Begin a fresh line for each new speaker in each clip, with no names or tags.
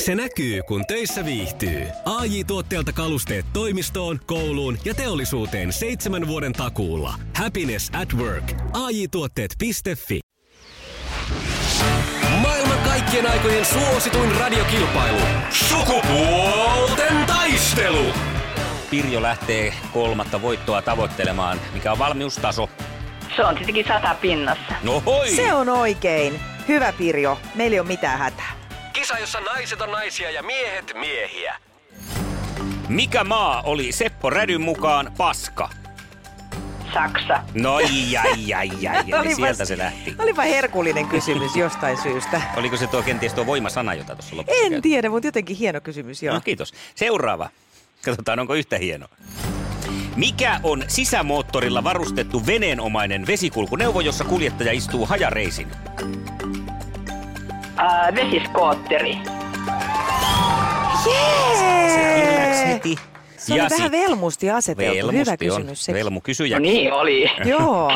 Se näkyy, kun töissä viihtyy. ai tuotteelta kalusteet toimistoon, kouluun ja teollisuuteen seitsemän vuoden takuulla. Happiness at work. ai tuotteetfi Maailman kaikkien aikojen suosituin radiokilpailu. Sukupuolten taistelu.
Pirjo lähtee kolmatta voittoa tavoittelemaan, mikä on valmiustaso.
Se on tietenkin sata pinnassa.
No hoi!
Se on oikein. Hyvä Pirjo, meillä ei ole mitään hätää.
Kisa, jossa naiset on naisia ja miehet miehiä.
Mikä maa oli Seppo Rädyn mukaan paska?
Saksa.
No jäi, jäi, jäi. Eli sieltä se lähti.
Olipa herkullinen kysymys jostain syystä.
Oliko se tuo kenties tuo voimasana, jota tuossa lopussa
En
käytiin?
tiedä, mutta jotenkin hieno kysymys joo.
No kiitos. Seuraava. Katsotaan, onko yhtä hienoa. Mikä on sisämoottorilla varustettu veneenomainen vesikulkuneuvo, jossa kuljettaja istuu hajareisin?
Ää, Äh, vesiskootteri. No
Läks
Jee!
heti.
Se oli
sit-
vähän velmusti aseteltu. Hyvä
Velmusti on.
kysymys sekin.
Velmu kysyjä.
No niin oli.
Joo.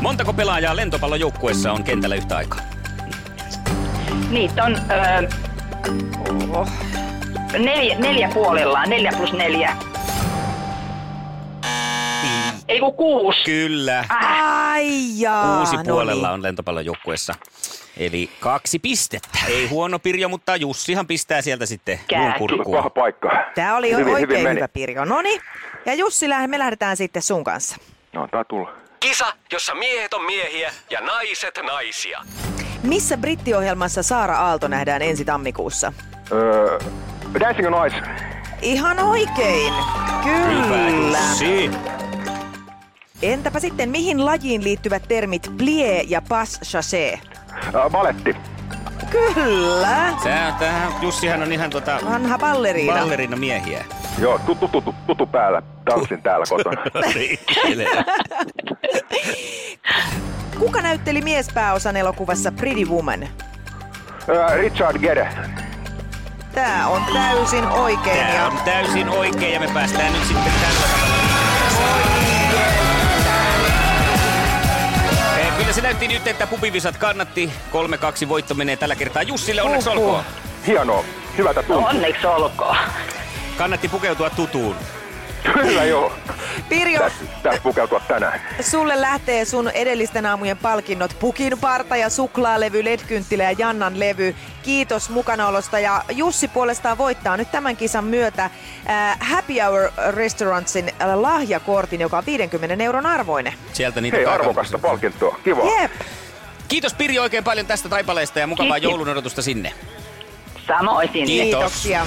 Montako pelaajaa lentopallojoukkueessa on kentällä yhtä aikaa?
Niitä on ää,
Oh.
neljä, neljä puolellaan, neljä plus neljä. Ei kun kuusi.
Kyllä.
Ai jaa.
Kuusi
no
puolella
niin.
on lentopallojoukkueessa. Eli kaksi pistettä. Ei huono Pirjo, mutta Jussihan pistää sieltä sitten muun
Kääki.
kurkkuun.
Paha paikka.
Tää oli
hyvin,
oikein
hyvin meni.
hyvä Pirjo. No niin. Ja Jussi, lähde- me lähdetään sitten sun kanssa.
No, antaa tulla.
Kisa, jossa miehet on miehiä ja naiset naisia.
Missä brittiohjelmassa Saara Aalto nähdään ensi tammikuussa?
Öö, Dancing on Ice.
Ihan oikein.
Hyvä
Kyllä.
Jussi.
Entäpä sitten, mihin lajiin liittyvät termit plie ja pas chassé?
Öö, baletti.
Kyllä.
Tää, tää, Jussihan on ihan tota
Vanha balleriina.
ballerina miehiä.
Joo, tuttu, tuttu, tuttu päällä. Tanssin täällä kotona.
Kuka näytteli miespääosan elokuvassa Pretty Woman?
Öö, Richard Gere.
Tää on täysin oikein.
Tää
ja...
on täysin oikein ja me päästään nyt sitten tällä tavalla. Eh, Kyllä se näytti nyt, että pupivisat kannatti. 3-2 voitto menee tällä kertaa Jussille. Onneksi
Huhhuh.
olkoon.
Hienoa. Hyvältä
No
tuntuu.
No Onneksi olkoon.
Kannatti pukeutua tutuun.
Kyllä joo.
Pirjo,
Tässä täs pukeutua tänään.
sulle lähtee sun edellisten aamujen palkinnot. Pukin parta ja suklaalevy, ledkynttilä ja Jannan levy. Kiitos mukanaolosta ja Jussi puolestaan voittaa nyt tämän kisan myötä äh, Happy Hour Restaurantsin äh, lahjakortin, joka on 50 euron arvoinen.
Sieltä niitä
Hei,
takaa-
arvokasta palkintoa. Kiva.
Jep,
Kiitos Pirjo oikein paljon tästä taipaleesta ja mukavaa
Kiitos.
joulun odotusta sinne.
Samoin sinne.
Kiitos.
kiitoksia.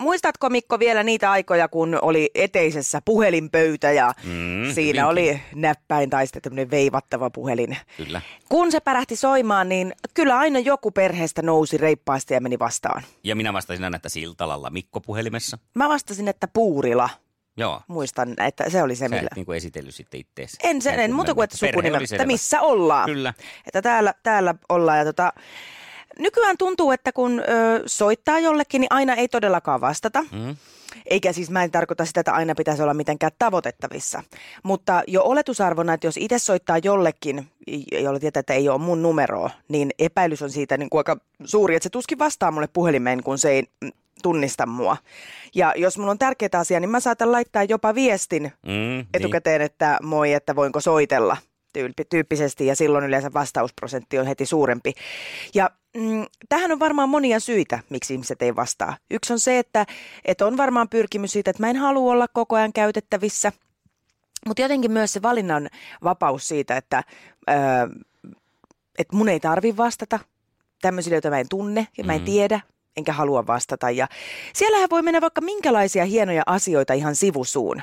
Muistatko Mikko vielä niitä aikoja, kun oli eteisessä puhelinpöytä ja mm, siinä oli näppäin tai sitten tämmöinen veivattava puhelin.
Kyllä.
Kun se pärähti soimaan, niin kyllä aina joku perheestä nousi reippaasti ja meni vastaan.
Ja minä vastasin aina, että Siltalalla Mikko puhelimessa.
Mä vastasin, että Puurila.
Joo.
Muistan, että se oli se,
Sä
millä.
et niin kuin esitellyt sitten itteesi.
En, sen, en muuta kuin, että
Perhe
sukunimen,
oli
että
selvä.
missä ollaan.
Kyllä.
Että täällä, täällä ollaan ja tota, nykyään tuntuu, että kun ö, soittaa jollekin, niin aina ei todellakaan vastata. Mm. Eikä siis mä en tarkoita sitä, että aina pitäisi olla mitenkään tavoitettavissa. Mutta jo oletusarvona, että jos itse soittaa jollekin, i- jolle tietää, että ei ole mun numeroa, niin epäilys on siitä niin kuin aika suuri, että se tuskin vastaa mulle puhelimeen, kun se ei mm, tunnista mua. Ja jos mulla on tärkeää asiaa, niin mä saatan laittaa jopa viestin
Mm, niin.
etukäteen, että moi, että voinko soitella tyyppi- tyyppisesti ja silloin yleensä vastausprosentti on heti suurempi. Ja mm, tähän on varmaan monia syitä, miksi ihmiset ei vastaa. Yksi on se, että, että on varmaan pyrkimys siitä, että mä en halua olla koko ajan käytettävissä, mutta jotenkin myös se valinnan vapaus siitä, että, öö, että mun ei tarvi vastata tämmöisille, joita mä en tunne ja
Mm.
mä en tiedä, enkä halua vastata. Ja siellähän voi mennä vaikka minkälaisia hienoja asioita ihan sivusuun.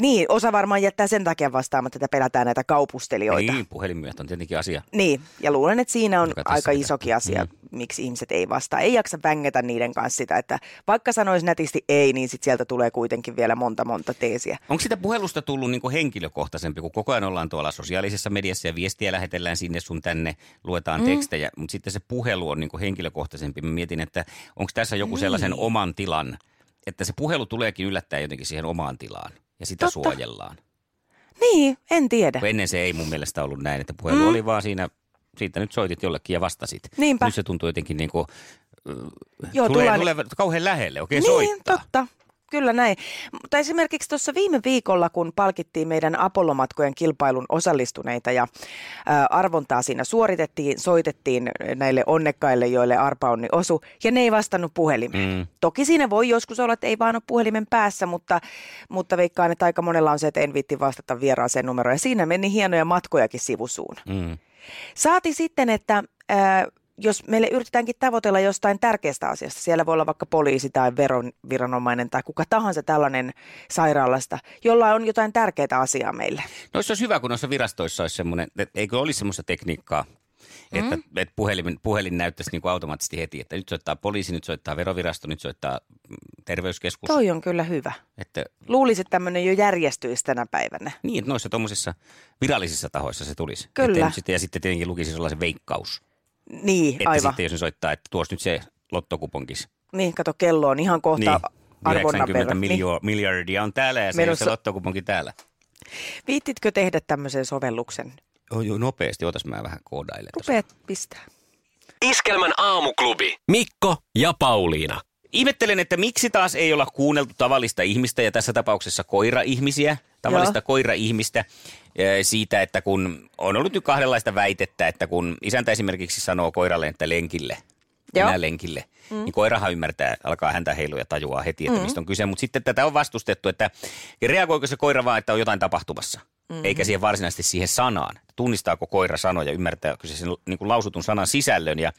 Niin, osa varmaan jättää sen takia vastaamatta, että pelätään näitä kaupustelijoita. Niin,
Niin, puhelinmyöt on tietenkin asia.
niin ja luulen, että siinä on
Joka tässä
aika
pitää.
isokin asia
Mm.
miksi ihmiset ei vastaa. Ei jaksa vängetä niiden kanssa sitä, että vaikka sanoisi nätisti ei, niin sit sieltä tulee kuitenkin vielä monta monta teesiä.
Onko sitä puhelusta tullut niin kuin henkilökohtaisempi, kun koko ajan ollaan tuolla sosiaalisessa mediassa ja viestiä lähetellään sinne sun tänne, luetaan mm. tekstejä, mutta sitten se puhelu on niin kuin henkilökohtaisempi. Mä mietin, että onko tässä joku niin. sellaisen oman tilan, että se puhelu tuleekin yllättäen jotenkin siihen omaan tilaan ja sitä
Totta.
suojellaan.
Niin, en tiedä.
Kun ennen se ei mun mielestä ollut näin, että puhelu mm. oli vaan siinä, siitä nyt soitit jollekin ja vastasit.
Niinpä.
Nyt se tuntuu jotenkin niin kuin, tulee,
Joo, tullaan-
tulee kauhean lähelle, oikein
niin,
soittaa.
totta. Kyllä näin. Mutta esimerkiksi tuossa viime viikolla, kun palkittiin meidän Apollomatkojen kilpailun osallistuneita ja ää, arvontaa siinä suoritettiin, soitettiin näille onnekkaille, joille arpaonni osu, ja ne ei vastannut puhelimeen.
Mm.
Mm. Toki siinä voi joskus olla, että ei vaan ole puhelimen päässä, mutta, mutta veikkaan, että aika monella on se, että en viitti vastata vieraaseen numeroon. Ja siinä meni hienoja matkojakin sivusuun.
Mm.
Saati sitten, että ää, jos meille yritetäänkin tavoitella jostain tärkeästä asiasta, siellä voi olla vaikka poliisi tai veronviranomainen tai kuka tahansa tällainen sairaalasta, jolla on jotain tärkeää asiaa meille.
Noissa No, olisi hyvä, kun noissa virastoissa olisi semmoinen, että eikö olisi semmoista tekniikkaa, että,
Mm-hmm.
mm. että puhelin, puhelin näyttäisi niin kuin automaattisesti heti, että nyt soittaa poliisi, nyt soittaa verovirasto, nyt soittaa mm, terveyskeskus.
Toi on kyllä hyvä.
Että,
Luulisin, että tämmöinen jo järjestyisi tänä päivänä.
niin, että noissa tuommoisissa virallisissa tahoissa se tulisi.
Kyllä.
Että nyt sitten, ja sitten tietenkin lukisi sellaisen veikkaus.
Niin,
Että
aivan.
sitten jos ne soittaa, että tuossa nyt se lottokuponkis.
Niin, kato, kello on ihan kohta
Niin,
arvonnan
90
verran. Niin.
miljo- miljardia on täällä ja se,
Menossa-
se lottokuponki täällä.
Viittitkö tehdä tämmöisen sovelluksen?
Joo, joo, nopeasti. Otas mä vähän koodailen. tuossa.
Rupeat pistää.
Iskelmän aamuklubi. Mikko ja Pauliina.
Ihmettelen, että miksi taas ei olla kuunneltu tavallista ihmistä ja tässä tapauksessa koira-ihmisiä, tavallista
Joo.
koira-ihmistä eh, siitä, että kun on ollut nyt kahdenlaista väitettä, että kun isäntä esimerkiksi sanoo koiralle, että lenkille,
Joo.
minä lenkille, mm. niin koirahan ymmärtää, alkaa häntä heilua ja tajuaa heti, että mm. mistä on kyse. Mutta sitten tätä on vastustettu, että reagoiko se koira vaan, että on jotain tapahtumassa, mm. eikä siihen varsinaisesti siihen sanaan. Tunnistaako koira sanoja, ymmärtääkö se sen niin kuin lausutun sanan sisällön ja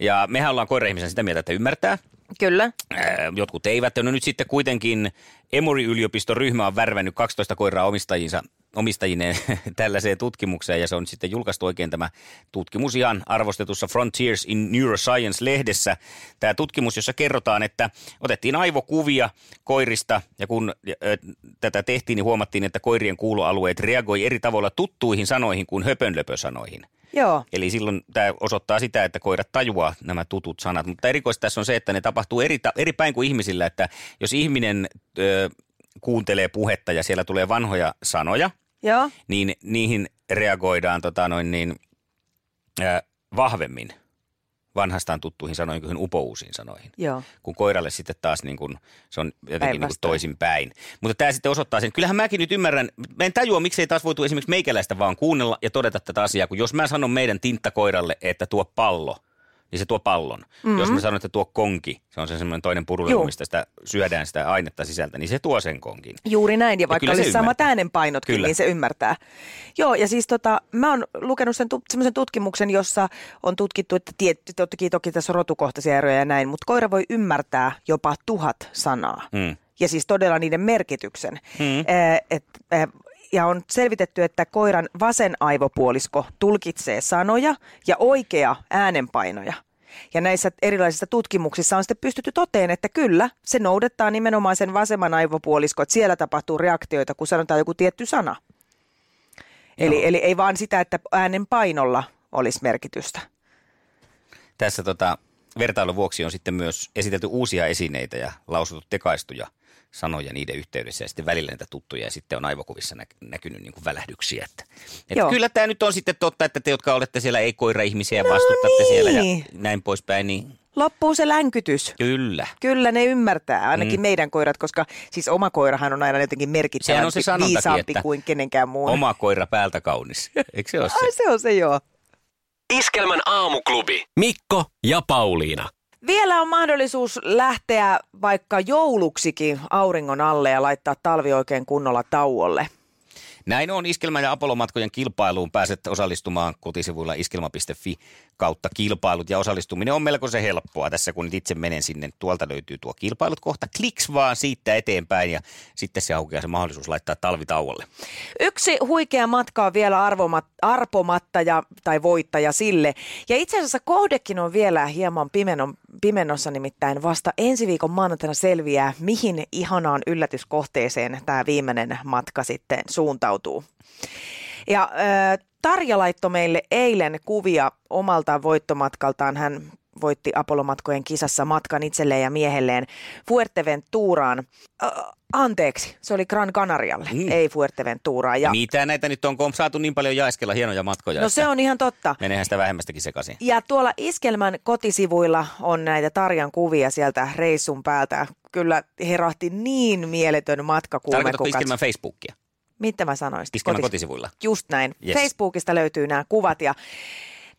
ja mehän ollaan koira sitä mieltä, että ymmärtää,
Kyllä.
Ää, Äh, jotkut eivät. No nyt sitten kuitenkin Emory-yliopiston ryhmä on värvännyt 12 koiraa omistajinsa, omistajineen tällaiseen tutkimukseen ja se on sitten julkaistu oikein tämä tutkimus ihan arvostetussa Frontiers in Neuroscience-lehdessä. Tämä tutkimus, jossa kerrotaan, että otettiin aivokuvia koirista ja kun ö, tätä tehtiin, niin huomattiin, että koirien kuuloalueet reagoi eri tavalla tuttuihin sanoihin kuin höpönlöpösanoihin.
Joo.
Eli silloin tämä osoittaa sitä, että koirat tajuaa nämä tutut sanat. Mutta erikoista tässä on se, että ne tapahtuu eri, ta- eri päin kuin ihmisillä. Että jos ihminen ö, kuuntelee puhetta ja siellä tulee vanhoja sanoja,
Joo.
niin niihin reagoidaan tota noin niin, ö, vahvemmin vanhastaan tuttuihin sanoihin kuin upouusiin sanoihin
Joo.
kun koiralle sitten taas niin kuin, se on jotenkin niin kuin
Päinvastoin.
toisin päin. Mutta tämä sitten osoittaa sen. Kyllähän mäkin nyt ymmärrän, mä en tajua, miksei taas voitu esimerkiksi meikäläistä vaan kuunnella ja todeta tätä asiaa, kun jos mä sanon meidän tinttakoiralle, että tuo pallo, niin se tuo pallon. Mm-hmm. Jos mä sanon, että tuo konki, se on se semmoinen toinen
Juu.
purulelu, mistä sitä syödään sitä ainetta sisältä, niin se tuo sen konkin.
Juuri näin, ja vaikka
kyllä se
olisi samat
ymmärtää.
äänenpainotkin,
Kyllä.
kyllä. niin se ymmärtää. Joo, ja siis tota, mä oon lukenut sen tu- semmoisen tutkimuksen, jossa on tutkittu, että tietty, toki, toki tässä on rotukohtaisia eroja ja näin, mutta koira voi ymmärtää jopa tuhat sanaa.
Mm.
Ja siis todella niiden merkityksen.
Mm.
Eh, et, eh, ja on selvitetty, että koiran vasen aivopuolisko tulkitsee sanoja ja oikea äänenpainoja. Ja näissä erilaisissa tutkimuksissa on sitten pystytty toteen, että kyllä, se noudattaa nimenomaan sen vasemman aivopuoliskon, että siellä tapahtuu reaktioita, kun sanotaan joku tietty sana. Eli, eli ei vaan sitä, että äänen painolla olisi merkitystä.
Tässä tota, vertailun vuoksi on sitten myös esitelty uusia esineitä ja lausuttu tekaistuja sanoja niiden yhteydessä ja sitten välillä näitä tuttuja ja sitten on aivokuvissa nä- näkynyt niin kuin välähdyksiä. Että, että
Joo. No
kyllä tämä nyt on sitten totta, että te, jotka olette siellä ei-koira-ihmisiä ja vastustatte siellä ja
niin.
näin poispäin, niin
Loppuu se länkytys.
kyllä.
Kyllä ne ymmärtää, ainakin mm. meidän koirat, koska siis oma koirahan on aina jotenkin
Sehän on
merkittävämpi,
se sanontakin,
viisaampi
että
kuin kenenkään muun.
Oma koira päältä kaunis. Eikö se ole
Ai
se?
se on se joo.
Iskelmän aamuklubi. Mikko ja Pauliina.
Vielä on mahdollisuus lähteä vaikka jouluksikin auringon alle ja laittaa talvi oikein kunnolla tauolle.
Näin on Iskelmä- ja Apolomatkojen kilpailuun. Pääset osallistumaan kotisivuilla iskelma.fi kautta kilpailut. Ja osallistuminen on melko se helppoa tässä, kun nyt itse menen sinne. Tuolta löytyy tuo kilpailut kohta. Kliks vaan siitä eteenpäin ja sitten se aukeaa se mahdollisuus laittaa talvitauolle.
Yksi huikea matka on vielä arvomat, arpomatta ja, tai voittaja sille. Ja itse asiassa kohdekin on vielä hieman pimenon, pimenossa, nimittäin vasta ensi viikon maanantaina selviää, mihin ihanaan yllätyskohteeseen tämä viimeinen matka sitten suuntautuu. Ja äh, Tarja laittoi meille eilen kuvia omalta voittomatkaltaan. Hän voitti Apolomatkojen kisassa matkan itselleen ja miehelleen Fuerteventuraan. Äh, anteeksi, se oli Gran Canarialle,
Mm.
ei Fuerteventuraan. Ja,
Mitä näitä nyt on, kun on saatu niin paljon jaeskella hienoja matkoja.
no
että
se on ihan totta.
Menehän sitä vähemmästäkin sekaisin.
Ja tuolla Iskelmän kotisivuilla on näitä Tarjan kuvia sieltä reissun päältä. Kyllä herahti niin mieletön matka kuume,
Tarkoitatko
kun
Iskelmän
katso-
Facebookia?
Mitä mä sanoin? sitä?
Iskelmän
Kotis-
kotisivuilla.
Just näin.
Yes.
Facebookista löytyy nämä kuvat ja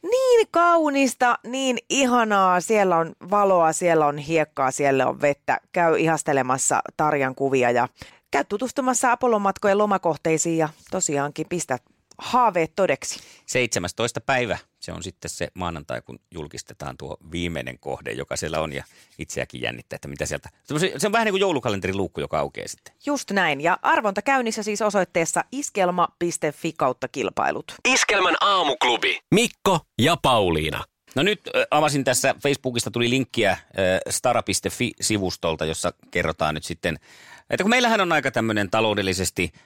niin kaunista, niin ihanaa. Siellä on valoa, siellä on hiekkaa, siellä on vettä. Käy ihastelemassa Tarjan kuvia ja käy tutustumassa Apollomatkojen lomakohteisiin ja tosiaankin pistä haaveet todeksi.
17. päivä, se on sitten se maanantai, kun julkistetaan tuo viimeinen kohde, joka siellä on ja itseäkin jännittää, että mitä sieltä. Semmosi- Se on vähän niin kuin joulukalenterin luukku, joka aukeaa sitten.
Just näin. Ja arvonta käynnissä siis osoitteessa iskelma.fi kautta kilpailut.
Iskelmän aamuklubi.
Mikko ja Pauliina.
No nyt ö, avasin tässä, Facebookista tuli linkkiä ö, stara.fi-sivustolta, jossa kerrotaan nyt sitten, että kun meillähän on aika tämmöinen taloudellisesti ö,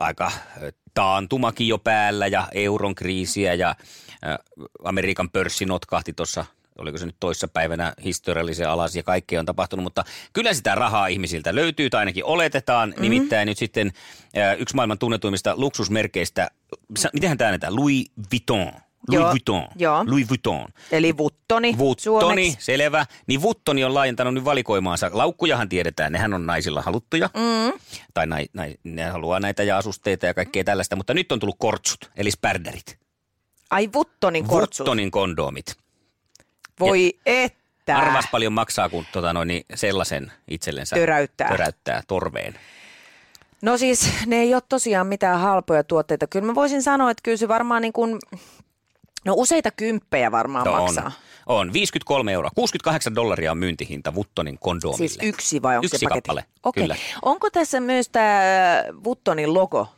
aika ö, taantumakin jo päällä ja euron kriisiä ja ö, Amerikan pörssi notkahti tuossa oliko se nyt toissapäivänä historiallisen alas ja kaikkea on tapahtunut, mutta kyllä sitä rahaa ihmisiltä löytyy tai ainakin oletetaan.
Mhm.
Mm-hmm. Nimittäin nyt sitten ö, yksi maailman tunnetuimmista luksusmerkeistä, sa- mitenhän tämä näitä, Louis Vuitton. Louis
Joo,
Vuitton.
joo.
Louis Vuitton.
Eli vuttoni,
Vuittoni,
suomeksi.
selvä. Niin Vuittoni on laajentanut nyt valikoimaansa. Laukkujahan tiedetään, nehän on naisilla haluttuja. Mm. Tai nai, nai, ne haluaa näitä ja asusteita ja kaikkea tällaista. Mutta nyt on tullut kortsut, eli spärdärit.
Ai vuttonin kortsu.
Vuittonin kondoomit.
Voi että.
Arvas paljon maksaa, kun tota noin, niin sellaisen itsellensä
Töräyttää.
töräyttää torveen.
No siis ne ei ole tosiaan mitään halpoja tuotteita. Kyllä mä voisin sanoa, että kyllä se varmaan niin kuin, no useita kymppejä varmaan
No on,
maksaa.
on 53 euroa. 68 dollaria on myyntihinta Vuittonin kondoomille.
Siis yksi vai onko
Yksi
se paketti?
kappale,
Okei.
kyllä.
Onko tässä myös tämä Vuttonin logo?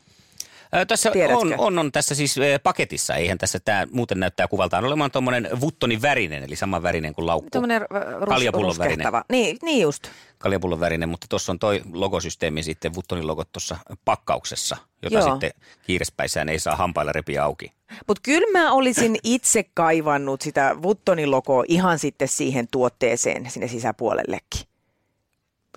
Ö, Tässä
Tiedätkö?
on, on, on, tässä siis ö, paketissa. Eihän tässä tämä muuten näyttää kuvaltaan olemaan tuommoinen Vuttonin värinen, eli saman värinen kuin laukku.
Tuommoinen
Kaljapullon
rus, ruskehtava. Niin, niin just.
Kaljapullon värinen, mutta tuossa on toi logosysteemi sitten, Vuttonin logot tuossa pakkauksessa, jota
Joo.
Joo. sitten kiirespäissään ei saa hampailla repiä auki. Siis
Mutta kyllä mä olisin itse kaivannut sitä Vuttonin logoa ihan sitten siihen tuotteeseen sinne sisäpuolellekin.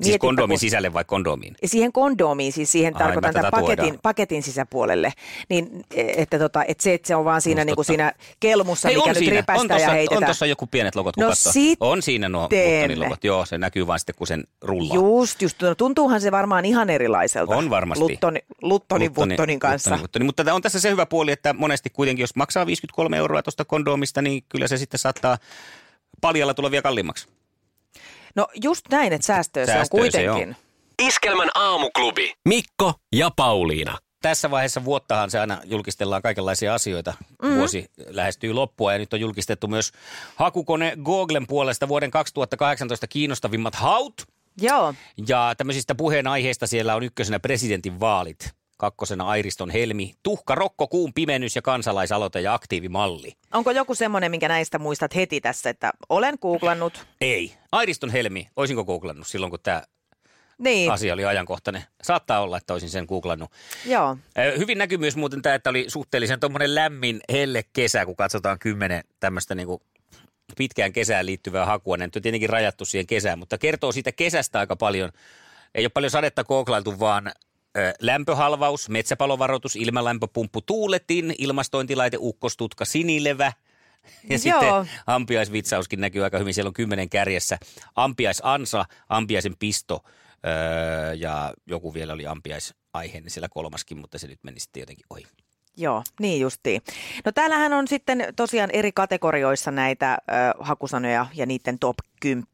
Siis
Mietipä,
kondoomin
kun-
sisälle vai kondoomiin?
Siihen kondoomiin, siis siihen
Ai,
tarkoitan
mä tätä
tämän paketin,
tuodaan.
paketin sisäpuolelle. Niin, e, että, tota, että se, että se on vaan siinä,
Just
niin kuin
totta.
siinä kelmussa,
Hei,
mikä
on
nyt
siinä,
ripästään
on tossa,
ja
on
heitetään.
tossa joku pienet logot, kun
No
katsoo.
sitten.
On siinä nuo Vuttonin logot, joo, se näkyy vain sitten, kun sen rullaa.
Just, just. No, tuntuuhan se varmaan ihan erilaiselta.
On varmasti.
Luttoni, Luttonin
Vuittonin-
Vuttonin kanssa.
Vuittonin, Vuittonin. niin- Mutta tää on tässä se hyvä puoli, että monesti kuitenkin, jos maksaa 53 euroa tuosta kondoomista, niin kyllä se sitten saattaa paljalla tulla vielä kalliimmaksi.
No just näin, että säästöä, se on
Säästöä se on.
kuitenkin.
Iskelmän aamuklubi.
Mikko ja Pauliina.
Tässä vaiheessa vuottahan se aina julkistellaan kaikenlaisia asioita. Mm. Vuosi lähestyy loppua ja nyt on julkistettu myös hakukone Googlen puolesta vuoden 2018 kiinnostavimmat haut.
Joo.
Ja tämmöisistä puheenaiheista siellä on ykkösenä presidentin vaalit, kakkosena Airiston helmi, tuhka, rokko, kuun pimennys ja kansalaisaloite ja aktiivimalli.
Onko joku semmoinen, minkä näistä muistat heti tässä, että olen googlannut?
Ei. Airiston helmi, olisinko googlannut silloin, kun tämä
Niin, Asi.
asia oli ajankohtainen. Saattaa olla, että olisin sen googlannut.
joo.
Ö, Hyvin näkyy myös muuten tämä, että oli suhteellisen tuommoinen lämmin helle kesä, kun katsotaan kymmenen tämmöistä niinku pitkään kesään liittyvää hakua. Ne nyt on tietenkin rajattu siihen kesään, mutta kertoo siitä kesästä aika paljon. Ei ole paljon sadetta kooklailtu, vaan ö, lämpöhalvaus, metsäpalovaroitus, ilmalämpöpumppu, tuuletin, ilmastointilaite, ukkostutka, sinilevä. Ja
Joo.
sitten ampiaisvitsauskin näkyy aika hyvin. Siellä on kymmenen kärjessä. Ampiaisansa, ampiaisen pisto öö, ja joku vielä oli ampiaisaihe, niin siellä kolmaskin, mutta se nyt meni sitten jotenkin ohi.
Joo, niin justiin. No täällähän on sitten tosiaan eri kategorioissa näitä ö, hakusanoja ja niiden top 10.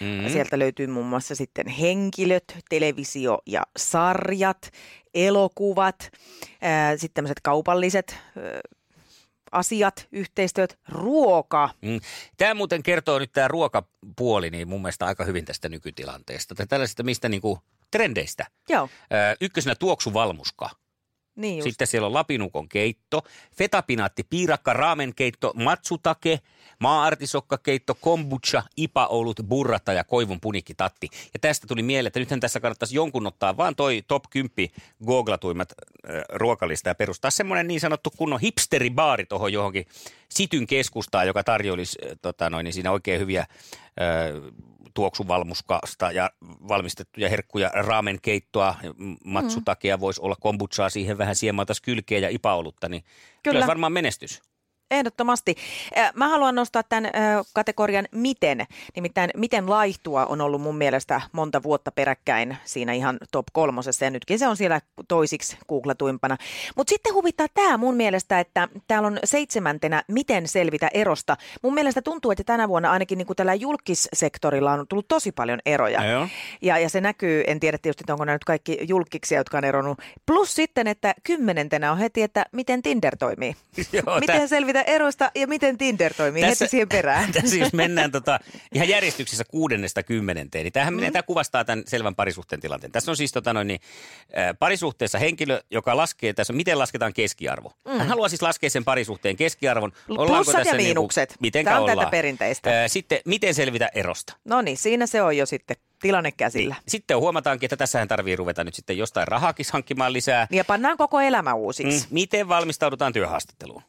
Mm-hmm. Sieltä löytyy muun muassa sitten henkilöt, televisio ja sarjat, elokuvat, sitten tämmöiset kaupalliset ö, asiat, yhteistyöt, ruoka.
Mm. Tämä muuten kertoo nyt tämä ruokapuoli niin mun mielestä aika hyvin tästä nykytilanteesta. Tai tällaisista mistä niinku trendeistä.
Joo,
Ö, Ykkösenä tuoksuvalmuska.
niin just.
Sitten siellä on lapinukon keitto, fetapinaatti, piirakka, raamenkeitto, matsutake, maa-artisokkakeitto, kombucha, ipaolut, burrata ja koivun punikkitatti. Ja tästä tuli mieleen, että nythän tässä kannattaisi jonkun ottaa vaan toi top 10 googlatuimmat äh, ruokalista ja perustaa semmoinen niin sanottu kunnon hipsteribaari tuohon johonkin Sityn keskustaan, joka tarjoilisi äh, tota noin, niin siinä oikein hyviä äh, tuoksuvalmuskasta ja valmistettuja herkkuja, raamenkeittoa, m- matsutakia,
Mm.
voisi olla kombutsaa siihen vähän siemaatas kylkeä ja ipaolutta, niin kyllä,
Kyllä.
kyllä varmaan menestys.
Ehdottomasti. Äh, Mä haluan nostaa tämän äh, kategorian miten. Nimittäin miten laihtua on ollut mun mielestä monta vuotta peräkkäin siinä ihan top kolmosessa ja nytkin se on siellä toisiksi googlatuimpana. Mutta sitten huvittaa tämä mun mielestä, että täällä on seitsemäntenä miten selvitä erosta. Mun mielestä tuntuu, että tänä vuonna ainakin niin kuin tällä julkissektorilla on tullut tosi paljon eroja.
Joo.
Ja, ja se näkyy, en tiedä tietysti, että onko nämä nyt kaikki julkkiksia, jotka on eronnut. Plus sitten, että kymmenentenä on heti, että miten Tinder toimii.
Joo,
miten
tä-
selvitä erosta ja miten Tinder toimii tässä, heti siihen perään.
Tässä jos mennään tota, ihan järjestyksessä kuudennesta kymmenenteen, niin tämähän mm. tämä kuvastaa tämän selvän parisuhteen tilanteen. Tässä on siis tota noin, niin, äh, parisuhteessa henkilö, joka laskee tässä, miten lasketaan keskiarvo. Mm. Hän haluaa siis laskea sen parisuhteen keskiarvon.
plussat ja
niinku-
miinukset.
mitenkä
Tää on tätä
ollaan?
perinteistä.
Äh, sitten, miten selvitä erosta?
No niin, siinä se on jo sitten tilanne käsillä.
Niin. Sitten huomataankin, että tässähän tarvii ruveta nyt sitten jostain rahaakin hankkimaan lisää.
Ja pannaan koko elämä
Mm,
uusiksi. Niin. Mm.
Miten valmistaudutaan työhaastatteluun?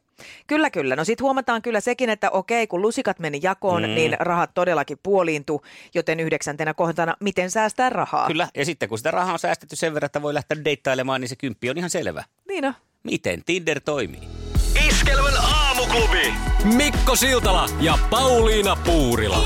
Kyllä, kyllä. No sitten huomataan kyllä sekin, että okei, kun lusikat meni jakoon, mm. niin rahat todellakin puoliintu, joten yhdeksäntenä kohtana, miten säästää rahaa?
Kyllä, ja sitten kun sitä rahaa on säästetty sen verran, että voi lähteä deittailemaan, niin se kymppi on ihan selvä.
Niin on.
Miten Tinder toimii?
Iskelmän aamuklubi.
Mikko Siltala ja Pauliina Puurila.